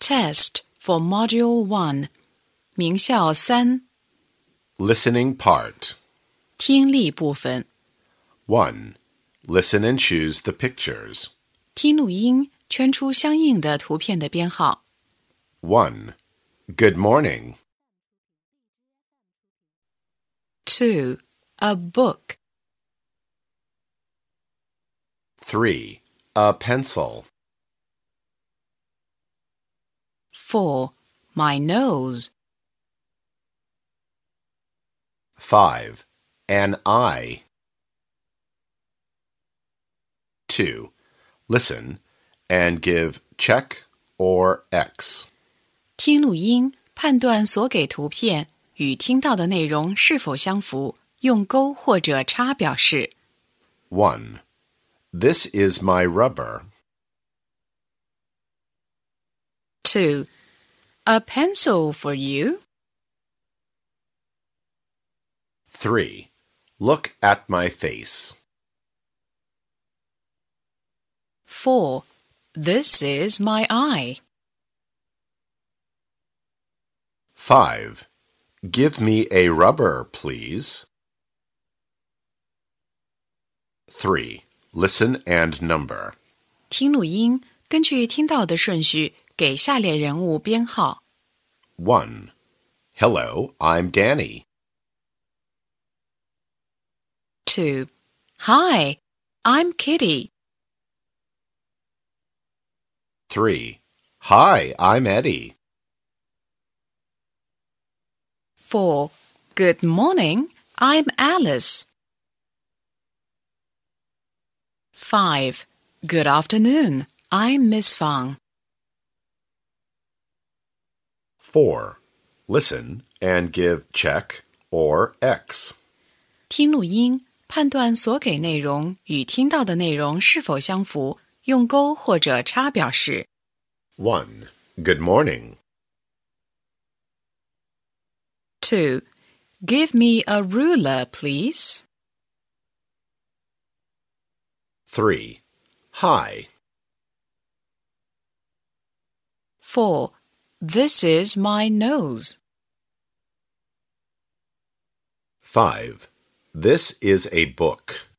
test for Module 1, 名校三 Listening part. 听力部分。 1. Listen and choose the pictures. 听录音，圈出相应的图片的编号。 1. Good morning. 2. A book. 3. A pencil. 4. My nose. 5. An eye. 2. Listen and give check or X. 听录音，判断所给图片与听到的内容是否相符，用勾或者叉表示。 1. This is my rubber. 2. A pencil for you. 3. Look at my face. 4. This is my eye. 5. Give me a rubber, please. 3. Listen and number. 听录音，根据听到的顺序给下列人物编号： 1. Hello, I'm Danny. 2. Hi, I'm Kitty. 3. Hi, I'm Eddie. 4. Good morning, I'm Alice. 5. Good afternoon, I'm Miss Fang. 4. Listen and give check or X. 听录音，判断所给内容与听到的内容是否相符，用勾或者叉表示。 1. Good morning. 2. Give me a ruler, please. 3. Hi. 4. This is my nose. 5. This is a book.